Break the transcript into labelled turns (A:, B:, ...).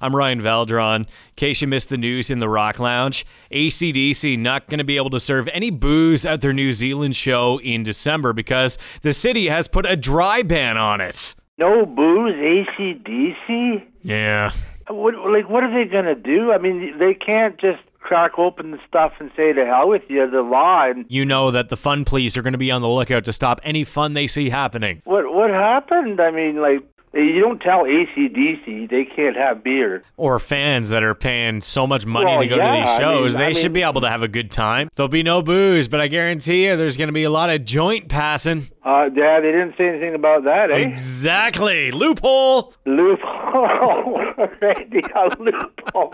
A: I'm Ryan Valdron. In case you missed the news in the Rock Lounge, ACDC not going to be able to serve any booze at their New Zealand show in December because the city has put a dry ban on it.
B: No booze, ACDC?
A: Yeah.
B: What, like, what are they going to do? I mean, they can't just crack open the stuff and say, to hell with you, the law. And
A: You know that the fun police are going to be on the lookout to stop any fun they see happening.
B: what, what happened? I mean, like, you don't tell ACDC they can't have beer.
A: Or fans that are paying so much money
B: Well,
A: to go
B: yeah,
A: to these
B: I
A: shows,
B: mean-
A: they
B: I
A: should
B: mean-
A: be able to have a good time. There'll be no booze, but I guarantee you there's going to be a lot of joint passing.
B: Uh, yeah, they didn't say anything about that, eh?
A: Exactly. Loophole.
B: Loophole. Already a loophole.